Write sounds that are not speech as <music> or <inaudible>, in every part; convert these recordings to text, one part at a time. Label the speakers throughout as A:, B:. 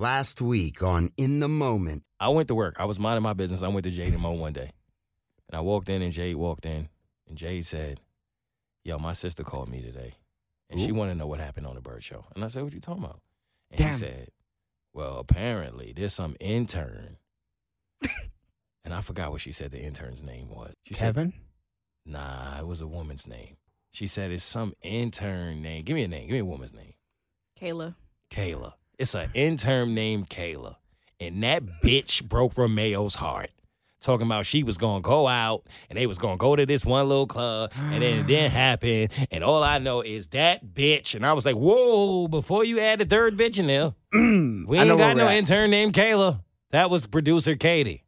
A: Last week on In the Moment.
B: I went to work. I was minding my business. I went to Jade and Mo one day. And I walked in and Jade walked in. And Jade said, Yo, my sister called me today. And she
A: Ooh.
B: wanted to know what happened on the bird show. And I said, What you talking about? And
A: Damn.
B: she said, Well, apparently there's some intern. <laughs> and I forgot what she said the intern's name was. She said,
C: Kevin?
B: Nah, it was a woman's name. She said it's some intern name. Give me a name. Give me a woman's name.
D: Kayla.
B: Kayla. It's an intern named Kayla. And that bitch broke Romeo's heart. Talking about she was gonna go out and they was gonna go to this one little club and then it
C: <sighs>
B: didn't happen. And all I know is that bitch. And I was like, whoa, before you add the third bitch in there, we
C: <clears throat> I know
B: ain't
C: where
B: got
C: we're
B: no
C: at.
B: intern named Kayla. That was producer Katie.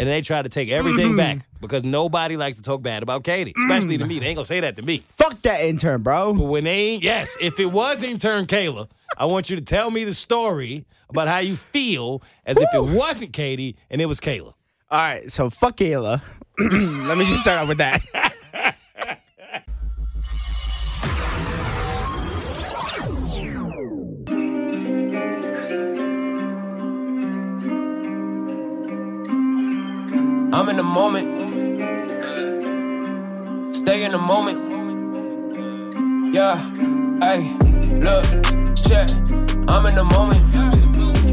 B: And they tried to take everything
C: <clears throat>
B: back because nobody likes to talk bad about Katie, especially
C: Mm.
B: to me. They ain't gonna say that to me.
C: Fuck that intern,
B: But
C: bro.
B: when they ain't, yes, if it was intern Kayla, I want you to tell me the story about how you feel as if it wasn't Katie and it was Kayla.
C: All right, so fuck Ayla. Let me just start off with that.
E: I'm in the moment. Stay in the moment. Yeah, hey, look, check. I'm in the moment.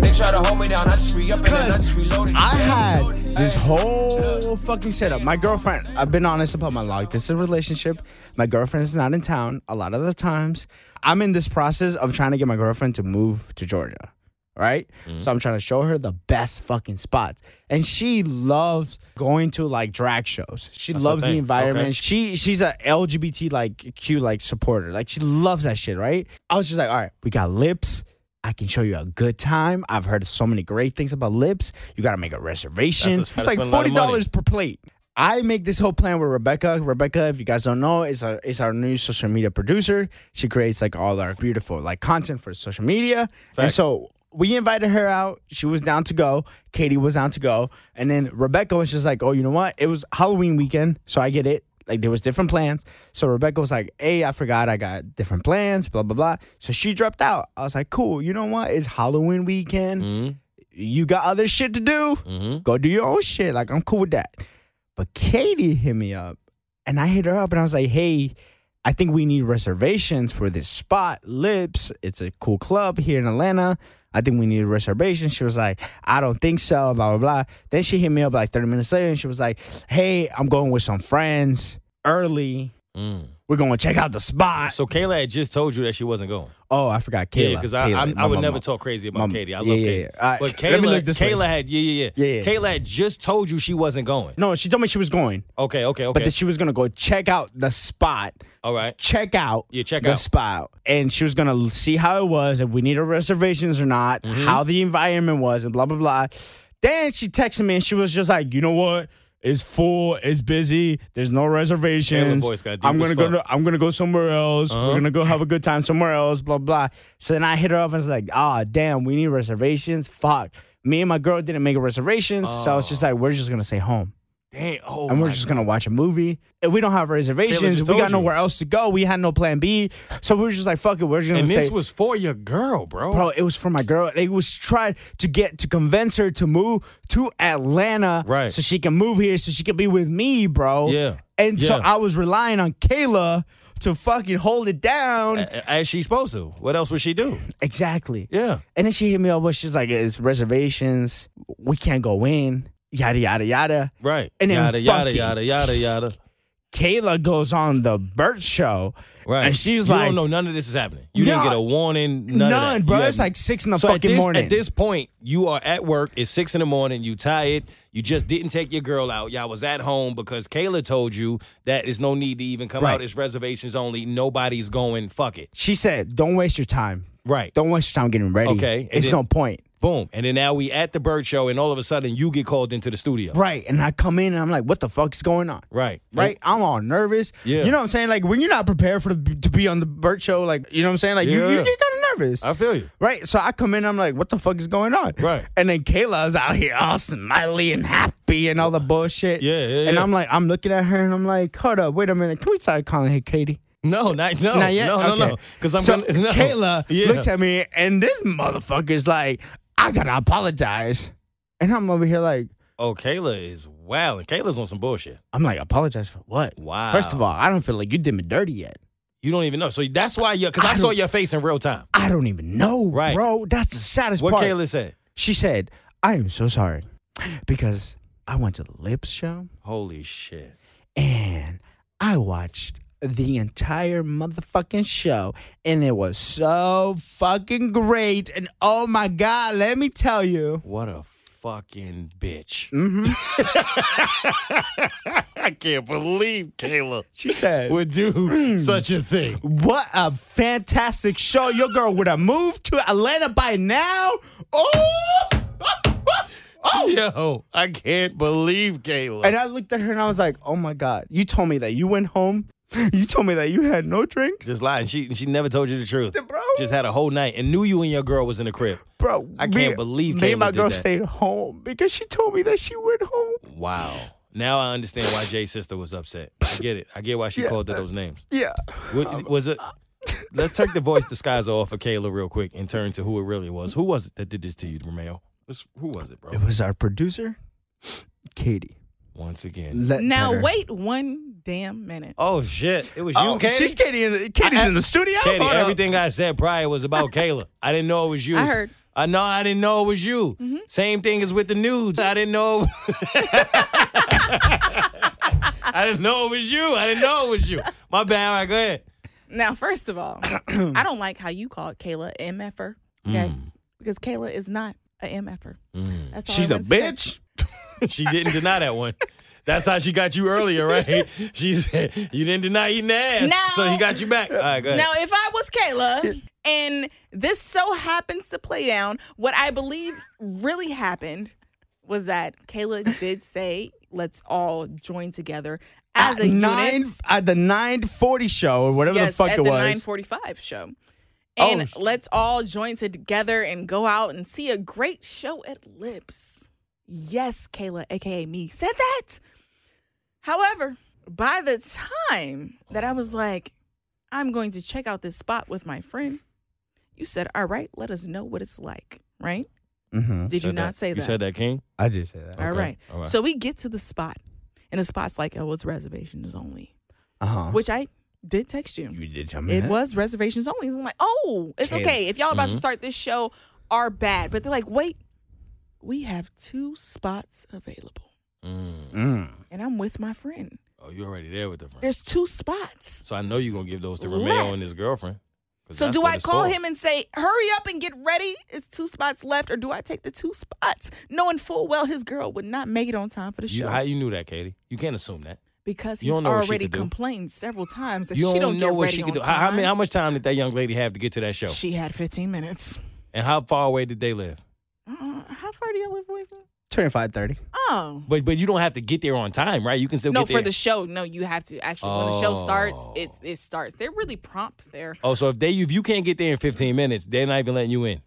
E: They try to hold me down. I just re up and then I just reload it.
C: I had this whole fucking setup. My girlfriend, I've been honest about my life. This is a relationship. My girlfriend is not in town a lot of the times. I'm in this process of trying to get my girlfriend to move to Georgia, right?
B: Mm-hmm.
C: So I'm trying to show her the best fucking spots. And she loves going to like drag shows. She
B: That's her
C: loves the
B: thing.
C: environment.
B: Okay.
C: She she's a LGBT like Q like supporter. Like she loves that shit, right? I was just like, all right, we got lips. I can show you a good time. I've heard so many great things about lips. You got to make a reservation.
B: That's a-
C: it's like
B: that's a lot
C: forty
B: of money.
C: dollars per plate. I make this whole plan with Rebecca. Rebecca, if you guys don't know, is our is our new social media producer. She creates like all our beautiful like content for social media. And
B: Facts.
C: so we invited her out. She was down to go. Katie was down to go. And then Rebecca was just like, "Oh, you know what? It was Halloween weekend, so I get it. Like there was different plans." So Rebecca was like, "Hey, I forgot I got different plans, blah blah blah." So she dropped out. I was like, "Cool. You know what? It's Halloween weekend. You got other shit to do."
B: Mm-hmm.
C: go do your own shit. Like I'm cool with that. But Katie hit me up and I hit her up and I was like, hey, I think we need reservations for this spot, Lips. It's a cool club here in Atlanta. I think we need a reservation. She was like, I don't think so, blah, blah, blah. Then she hit me up like 30 minutes later and she was like, hey, I'm going with some friends early.
B: Mm.
C: We're going to check out the spot.
B: So Kayla had just told you that she wasn't going.
C: Oh, I forgot Kayla.
B: yeah, because I,
C: Kayla,
B: I'm- I
C: my-
B: would
C: my-
B: never
C: my-
B: talk crazy about
C: my-
B: Katie. I
C: yeah,
B: love
C: yeah,
B: Katie.
C: yeah. All right,
B: But
C: let me
B: Kayla,
C: look this way.
B: Kayla had, yeah, yeah,
C: Yeah,
B: yeah,
C: yeah.
B: Kayla had just told you she wasn't going.
C: No, she told me she was going,
B: Okay, okay, okay.
C: but that she was going to go check out the spot
B: All right.
C: check out
B: Yeah, check
C: the
B: out.
C: spot and she was gonna l- see how it was if we needed reservations or not
B: Mm-hmm.
C: how the environment was and blah blah blah then she texted me and she was just like you know what it's full it's busy there's no reservations
B: voice got deep
C: i'm
B: as
C: gonna go
B: fuck. Uh-huh.
C: to i'm gonna go somewhere else we're gonna go have a good time somewhere else blah blah so then i hit her up and was like ah damn we need reservations fuck me and my girl didn't make reservations so i
B: Oh.
C: was just like we're just gonna stay home
B: Dang, oh.
C: and we're
B: my
C: just gonna watch a movie. If we don't have reservations,
B: just
C: we
B: told
C: got
B: you.
C: nowhere else to go. We had no plan B, so we were just like, "Fuck it, we're just
B: God.
C: gonna
B: And
C: say."
B: this was for your girl, bro.
C: Bro, it was for my girl. It was trying to get to convince her to move to Atlanta,
B: Right.
C: So she can move here, so she can be with me, bro.
B: Yeah.
C: And so
B: Yeah.
C: I was relying on Kayla to fucking hold it down.
B: A- As she's supposed to. What else would she do?
C: exactly.
B: Yeah.
C: And then she hit me up. But she's like, "It's reservations. We can't go in." Yada yada yada.
B: Right.
C: And then
B: yada, yada,
C: fucking-
B: yada, yada, yada.
C: Kayla goes on the Bert show,
B: Right.
C: And she's
B: you
C: like,
B: don't know none of this is happening. You
C: No.
B: didn't get a warning. None, of that.
C: None, bro.
B: You
C: It's
B: had-
C: like six in the
B: so
C: fucking
B: at this,
C: morning.
B: At this point, you are at work. It's six in the morning. You tired. You just didn't take your girl out. Y'all was at home because Kayla told you that there's no need to even come
C: Right.
B: out. It's reservations only. Nobody's going. Fuck it.
C: she said, "Don't waste your time.
B: Right.
C: Don't waste your time getting ready.
B: Okay, and
C: it's
B: then-
C: no point."
B: Boom. And then now we at the bird show, and all of a sudden you get called into the studio.
C: Right. And I come in and I'm like, "What the fuck's going on?"
B: Right.
C: Right, I'm all nervous.
B: Yeah.
C: you know what I'm saying. Like when you're not prepared for the, to be on the Burt show, like you know what I'm saying. Like you, you
B: Yeah.
C: get kind of nervous,
B: I feel you.
C: right? So I come in, I'm like, "What the fuck is going on?"
B: Right.
C: And then Kayla's out here all smiley and happy and all the bullshit.
B: Yeah, yeah,
C: And
B: yeah.
C: I'm like, I'm looking at her and I'm like, "Hold up, wait a minute. Can we start calling her Katie?"
B: No, not no,
C: Not yet?
B: no, no,
C: Okay.
B: no. Because I'm
C: so
B: gonna, <laughs> no.
C: Kayla
B: yeah.
C: looked at me, and this motherfucker's like, I gotta apologize. And I'm over here like,
B: Oh, Kayla is wild. Kayla's on some bullshit.
C: I'm like, apologize for what?
B: Wow.
C: First of all, I don't feel like you did me dirty yet.
B: you don't even know. So that's why you because I,
C: I
B: saw
C: don't-
B: your face in real time.
C: I don't even know,
B: Right.
C: bro. That's the saddest
B: What
C: part.
B: Kayla said.
C: She said, I am so sorry because I went to the Lips show
B: Holy shit.
C: and I watched the entire motherfucking show and it was so fucking great. And oh my God, let me tell you.
B: What a fucking bitch.
C: Mm-hmm.
B: <laughs> I can't believe Kayla
C: She said,
B: would do
C: Mm.
B: such a thing.
C: What a fantastic show. Your girl would have moved to Atlanta by now. Oh! <laughs> Oh!
B: Yo, I can't believe Kayla.
C: And I looked at her and I was like, oh my God, you told me that you went home. You told me that you had no drinks.
B: just lying. She she never told you the truth.
C: Bro,
B: Just had a whole night and knew you and your girl was in the crib.
C: bro
B: I
C: me-
B: can't believe
C: Me
B: Kayla
C: and my
B: did
C: girl
B: that.
C: stayed home because she told me that she went home.
B: Wow.
C: <laughs>
B: Now I understand why Jay's sister was upset. I get it. I get why she
C: Yeah. Um,
B: called her those names.
C: Yeah.
B: Wa- was
C: <laughs>
B: it? Let's take the voice disguiser off of Kayla real quick and turn to who it really was. Who was it that did this to you, Romeo? Let's- Who was it, bro?
C: It was our producer, Katie.
B: Once again.
C: Let
D: Now
C: her-
D: wait one damn minute.
B: Oh shit! It was you,
C: Oh,
B: Katie.
C: she's Katie. In the, Katie's
B: I-
C: in the studio.
B: Katie,
C: Hold up.
B: everything I said prior was about Kayla. I didn't know it was you.
D: I heard. Mm-hmm.
B: I know I didn't know it was you. Same thing as with the nudes. I didn't know. <laughs> I didn't know it was you. I didn't know it was you. My bad. All right, go ahead.
D: Now, first of
C: <clears throat>
D: all, I don't like how you called Kayla a MFer.
C: Mm.
D: Okay. Because Kayla is not a MFer. That's all
C: Mm. She's
D: I
C: a
D: want to say.
C: bitch.
B: She didn't deny that one. That's how she got you earlier, right? <laughs> She said you didn't deny eating the ass,
D: No.
B: so he got you back. All right, go ahead.
D: Now, if I was Kayla and this so happens to play down, what I believe really happened was that Kayla did say, let's all join together as
C: At
D: a
C: nine
D: unit.
C: at the nine forty show or whatever
D: yes,
C: the fuck
D: at
C: it
D: the
C: was.
D: 945 show.
C: Oh,
D: And
C: sh-
D: let's all join together and go out and see a great show at Lips. Yes, Kayla, aka me, said that. However, by the time that I was like, I'm going to check out this spot with my friend, you said, All right, let us know what it's like, right?
C: Mhm.
D: Did you
B: Said
D: not say that?
B: You said that, King.
C: I did say that.
D: All
B: Okay,
D: right.
B: all right.
D: So we get to the spot, and the spot's like, Oh, it's reservations only,
C: Uh huh.
D: which I did text you.
C: You did tell me
D: It
B: Mm-hmm.
C: that.
D: was reservations only. I'm like, oh, it's
C: Okay.
D: okay. If y'all about to start this show are bad. But they're like, wait, we have two spots available.
C: Mm.
D: And I'm with my friend.
B: Oh, you already there with the friend.
D: There's two spots.
B: So I know you're gonna give those to Romeo
D: Left.
B: and his girlfriend. 'Cause
D: So
B: that's
D: do
B: what
D: I
B: it's
D: call
B: for.
D: him and say, hurry up and get ready? It's two spots left. Or do I take the two spots knowing full well his girl would not make it on time for the
B: You,
D: show?
B: how you knew that, Katie? You can't assume that.
D: because
B: you
D: he's
B: don't know what she
D: already
B: could do.
D: complained several times that
B: you
D: she don't
B: know
D: get
B: what
D: ready
B: she could
D: on
B: do. How,
D: time.
B: how, many, how much time did that young lady have to get to that show?
D: she had 15 minutes.
B: and how far away did they live?
D: Uh, how far do y'all live away from?
C: 25 30.
D: Oh.
B: But but you don't have to get there on time, right? You can still
D: no
B: get
D: for
B: there.
D: the show no you have to actually when the show starts
B: Oh.
D: it's it starts they're really prompt there
B: oh, so if they if you can't get there in
D: Mm-hmm.
B: 15 minutes, they're not even letting you in.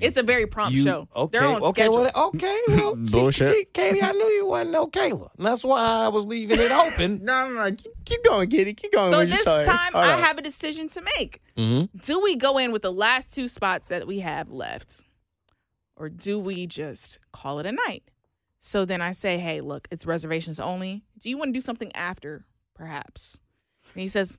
D: it's a very prompt
B: You-
D: show
B: Okay.
D: they're on
B: okay.
D: schedule
B: Well, okay. Well,
C: <laughs>
B: see-
C: Bullshit.
B: see, Katie, I knew you wasn't no Kayla. And that's why I was leaving it open.
C: <laughs> No, no, no. Keep, keep going, Kitty. Keep
B: oh,
C: going.
D: so
C: with your
D: this
C: story.
D: time
C: All
D: i
C: right.
D: have a decision to make
B: Mhm.
D: do we go in with the last two spots that we have left or do we just call it a night so then i say hey look it's reservations only do you want to do something after perhaps and he says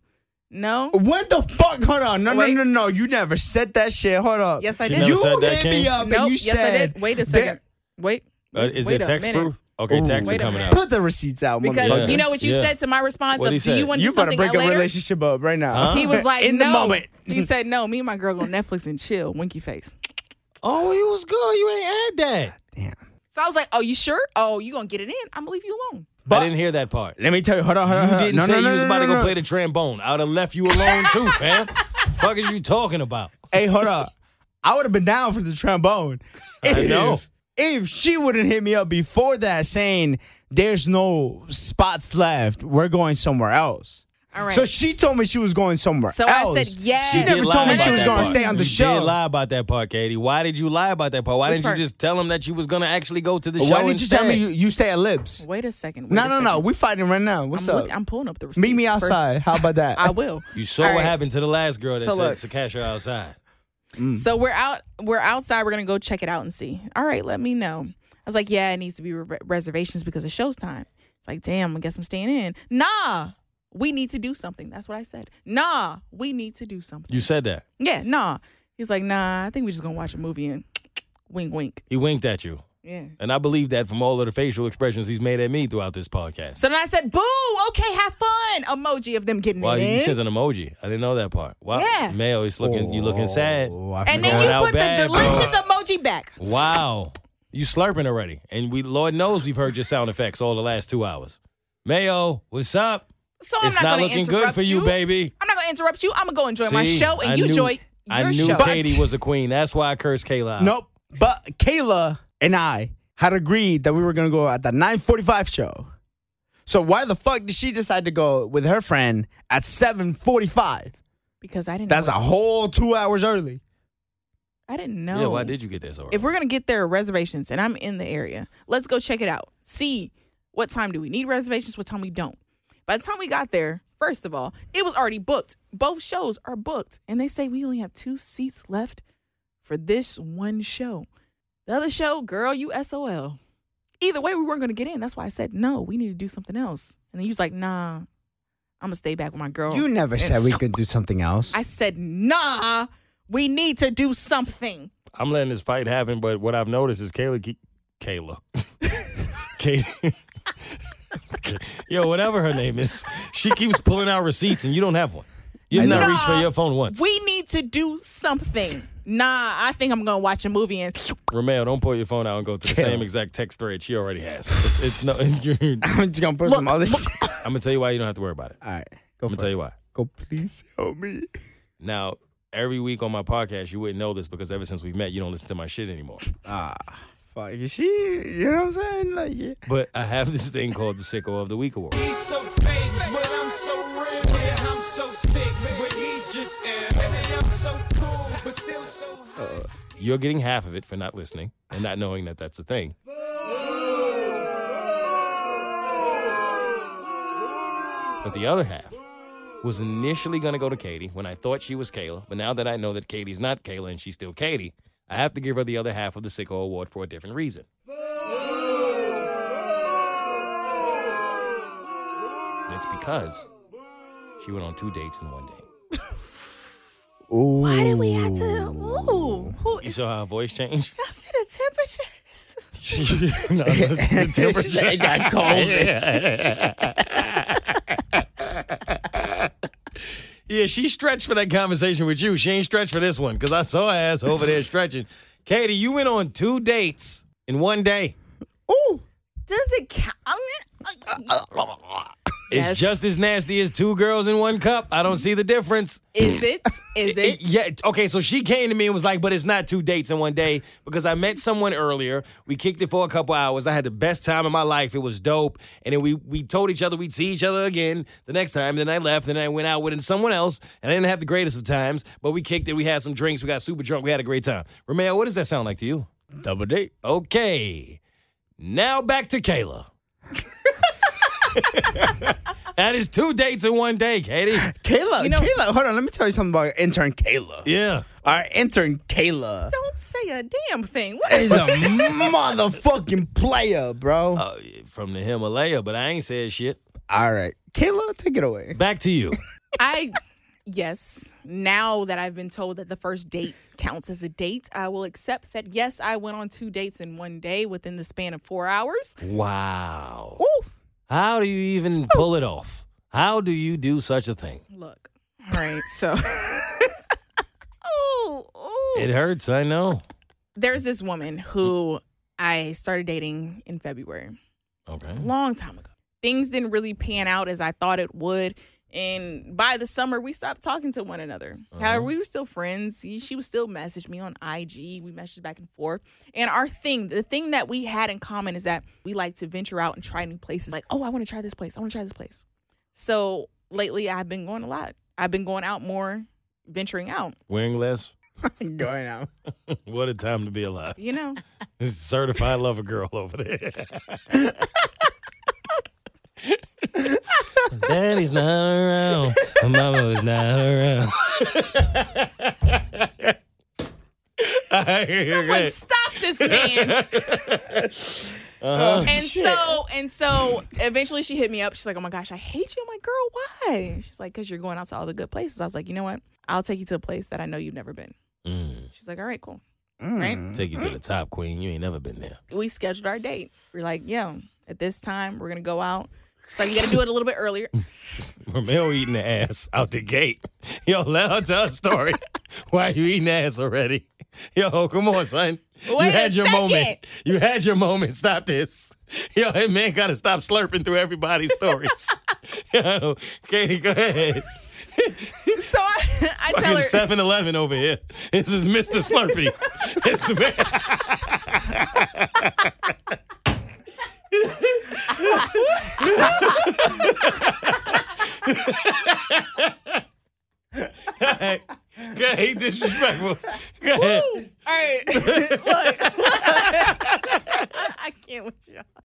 D: no
B: Oh,
C: What the fuck? Hold on. No,
D: Wait.
C: no, no, no. You never said that shit. Hold up.
D: yes i
B: She
D: did
B: never
C: You
B: said that,
C: hit me
B: King.
C: up
D: nope
C: and you
D: yes
C: said
D: i did wait a
C: that-
D: second wait
B: Uh, is
D: wait
B: it
D: a
B: text
D: minute.
B: proof? Okay,
C: Ooh.
B: text are
D: Wait a
B: coming
D: minute.
B: out.
C: Put the receipts out,
D: Because
B: Yeah.
C: motherfucker.
D: you know what you
B: Yeah.
D: said to my response
B: What'd he
D: of, "Do
B: say?
D: you want to
C: You
D: do
C: better
D: something
C: break
D: out
C: your
D: later?"
C: relationship up right now.
B: Huh?
D: He
C: <laughs>
D: was like,
C: in
D: "No."
C: the moment.
D: he said, "No, me and my girl go Netflix and chill, winky face."
B: Oh, you was good. You ain't had that.
D: So I was like, "Oh, you sure? Oh, you gonna get it in? I'm gonna leave you alone."
B: But
C: But-
B: I didn't hear that part.
C: Let me tell you. Hold on. Hold on.
B: You
C: hold on.
B: didn't
C: <laughs> no,
B: say
C: no, no,
B: you was
C: no,
B: about to
C: no,
B: go
C: no.
B: play the trombone. I'd have left you alone
C: <laughs>
B: too, fam. Fuck is you talking about?
C: Hey, hold up. I would have been down for the
B: <laughs>
C: trombone. If,
B: know.
C: If she wouldn't hit me up before that saying, there's no spots left, we're going somewhere else.
D: All right.
C: So she told me she was going somewhere
D: So I
C: else.
D: said, yeah.
C: She
D: You
B: You did
C: never
B: lie
C: told me
B: about
C: she was
B: that
C: going to
B: part.
C: stay on the
B: you
C: show.
B: did lie about that part, Katie. Why did you lie about that part? Why
D: Which
B: didn't
D: part?
B: you just tell him that you was gonna actually go to the show?
C: Why didn't you
B: instead?
C: tell me you, you stay at Lips?
D: wait a second. Wait
C: No,
D: a
C: no,
D: second.
C: no. We fighting right now.
D: I'm,
C: What's up?
D: look, I'm pulling up the receipts.
C: Meet me
D: first.
C: outside. How about that?
D: I will.
B: <laughs> You saw
D: All
B: what
D: right.
B: happened to the last girl that
D: So
B: said
D: look.
B: to cash her outside.
D: So we're out. We're outside. We're gonna go check it out and see. All right, let me know. I was like, yeah, it needs to be re- reservations because of showtime. It's like, damn, I guess I'm staying in. Nah, we need to do something. That's what I said. Nah, we need to do something.
B: You said that.
D: Yeah, nah. He's like, nah. I think we're just gonna watch a movie and wink, wink.
B: He winked at you.
D: Yeah.
B: And I believe that from all of the facial expressions he's made at me throughout this podcast.
D: So then I said, boo. Okay, have fun. Emoji of them getting
B: Wow,
D: it
B: you
D: in.
B: said an emoji. I didn't know that part. Wow.
D: Yeah.
B: Mayo, he's looking you looking sad.
C: Oh, I
D: and
C: forgot.
D: then
B: Going
D: you
B: out
D: put
B: bad,
D: the
B: bro.
D: delicious emoji back.
B: Wow. You slurping already. And we Lord knows we've heard your sound effects all the last two hours. Mayo, what's up?
D: So Oh, I'm
B: it's
D: not,
B: not,
D: gonna
B: looking
D: interrupt
B: good for you, baby.
D: I'm not gonna interrupt you. I'm gonna go enjoy my
B: See,
D: show, and
B: I
D: you
B: knew-
D: enjoy your
B: I knew
D: show.
B: Katie was a queen. That's why I cursed Kayla. out.
C: Nope. But Kayla and I had agreed that we were gonna go at the 9:45 show. So why the fuck did she decide to go with her friend at 7:45?
D: because I didn't.
C: That's a
D: know.
C: whole two hours early.
D: I didn't know.
B: Yeah, why did you get there so early?
D: If we're gonna get there reservations, and I'm in the area, let's go check it out. See what time do we need reservations? What time we don't? By the time we got there, first of all, it was already booked. Both shows are booked, and they say we only have two seats left for this one show. The other show, girl, you SOL. Either way, we weren't gonna get in. That's why I said no. We need to do something else. And then you was like, nah, I'm gonna stay back with my girl.
C: You never said we could do something else.
D: Oh, I said, nah, we need to do something.
B: I'm letting this fight happen, but what I've noticed is Kayla, keep-
D: <laughs>
B: Kayla, Katie. Yo, whatever her name is, she keeps pulling out receipts, and you don't have one. You've not reached for your phone once.
D: We need to do something. Nah, I think I'm gonna watch a movie and
B: Romeo, don't pull your phone out and go to the
C: Kayla.
B: same exact text thread she already has. It's, it's no. <laughs> I'm
C: <laughs> I'm just gonna put some other shit.
B: gonna tell you why you don't have to worry about it.
C: All right,
B: I'm
C: go
B: gonna
C: for
B: tell
C: it.
B: you why.
C: Go, please help me.
B: Now, every week on my podcast, you wouldn't know this because ever since we've met, you don't listen to my shit anymore.
C: Ah, fuck. Is she? You know what I'm saying? Like, yeah.
B: But I have this thing called the Sicko of the Week Award.
E: He's so fake, but I'm so real. Yeah, I'm so sick, but he's just ill. And I'm so cool, but still so hot.
B: Uh, You're getting half of it for not listening and not knowing that that's a thing. But the other half was initially going to go to Katie when I thought she was Kayla, but now that I know that Katie's not Kayla and she's still Katie, I have to give her the other half of the Sicko Award for a different reason. And it's because she went on two dates in one day.
C: Ooh.
D: why did we have to Ooh, who
B: You
D: is
B: saw her voice change? <laughs>
D: I see the temperature.
B: no, the
C: <laughs>
B: temperature.
C: It got
B: <laughs>
C: cold.
B: Yeah, she stretched for that conversation with you. She ain't stretched for this one because I saw her ass over there stretching. Katie, you went on two dates in one day.
C: Ooh.
D: Does it count? Yes.
B: It's just as nasty as two girls in one cup. I don't see the difference.
D: Is it? Is
B: It- <laughs>
D: it?
B: yeah, okay, so she came to me and was like, but it's not two dates in one day because I met someone earlier. We kicked it for a couple hours. I had the best time of my life. It was dope. And then we, we told each other we'd see each other again the next time. Then I left and I went out with someone else. And I didn't have the greatest of times, but we kicked it. We had some drinks. We got super drunk. We had a great time. Romeo, what does that sound like to you?
C: Double date.
B: Okay. Now back to Kayla. <laughs> that is two dates in one day, Katie.
C: Kayla,
D: You know-
C: Kayla, hold on. Let me tell you something about intern Kayla.
B: Yeah.
C: Our intern Kayla
D: Don't say a damn thing. What
C: is a motherfucking player, bro.
B: Uh, from the Himalaya, but I ain't said shit.
C: All right, Kayla, take
B: <laughs>
C: it away.
B: Back to you.
D: I yes, now that I've been told that the first date counts as a date, I will accept that yes, I went on two dates in one day within the span of 4 hours.
B: Wow. How do you even pull it off? How do you do such a thing?
D: Look. All right. So <laughs> Oh, oh.
B: It hurts, I know.
D: There's this woman who I started dating in February.
B: Okay.
D: long time ago. Things didn't really pan out as I thought it would. And by the summer, we stopped talking to one another. However, we were still friends. She she would still message me on IG. We messaged back and forth. And our thing, the thing that we had in common is that we like to venture out and try new places. Like, oh, I want to try this place. I want to try this place. So lately, I've been going a lot. I've been going out more, venturing out,
B: Wearing less?
C: Going out.
B: What a time to be alive. <laughs>
D: you know?
B: Certified lover girl over there. <laughs> Daddy's not <laughs> around. Mama's not around.
D: Someone stop
B: <laughs>
D: this man.
B: Uh-huh.
D: and so and so eventually she hit me up. She's like, Oh my gosh, I hate you. I'm like, girl, why? And She's like, Cause you're going out to all the good places. I was like, you know what? I'll take you to a place that I know you've never been.
B: Mm.
D: She's like, All right, cool. Right?
B: Take you to the top, queen. You ain't never been there.
D: We scheduled our date. We're like, yo, at this time we're gonna go out. So you gotta do it a little bit
B: <laughs>
D: earlier.
B: Romeo eating the ass out the gate. Yo, let her tell a
D: <laughs>
B: story. Why you eating ass already? Yo, come on, son.
D: Wait
B: you
D: a
B: had your
D: second.
B: moment. You had your moment. Stop this. Yo, that man gotta stop slurping through everybody's
D: <laughs>
B: stories. Yo, Katie, go ahead.
D: So I, I tell
B: Fucking
D: her
B: 7 Eleven over here. This is Mr. Slurpee. It's <laughs> the man. Go ahead, he disrespectful. Go ahead.
D: <laughs> All right. Look. I can't with y'all.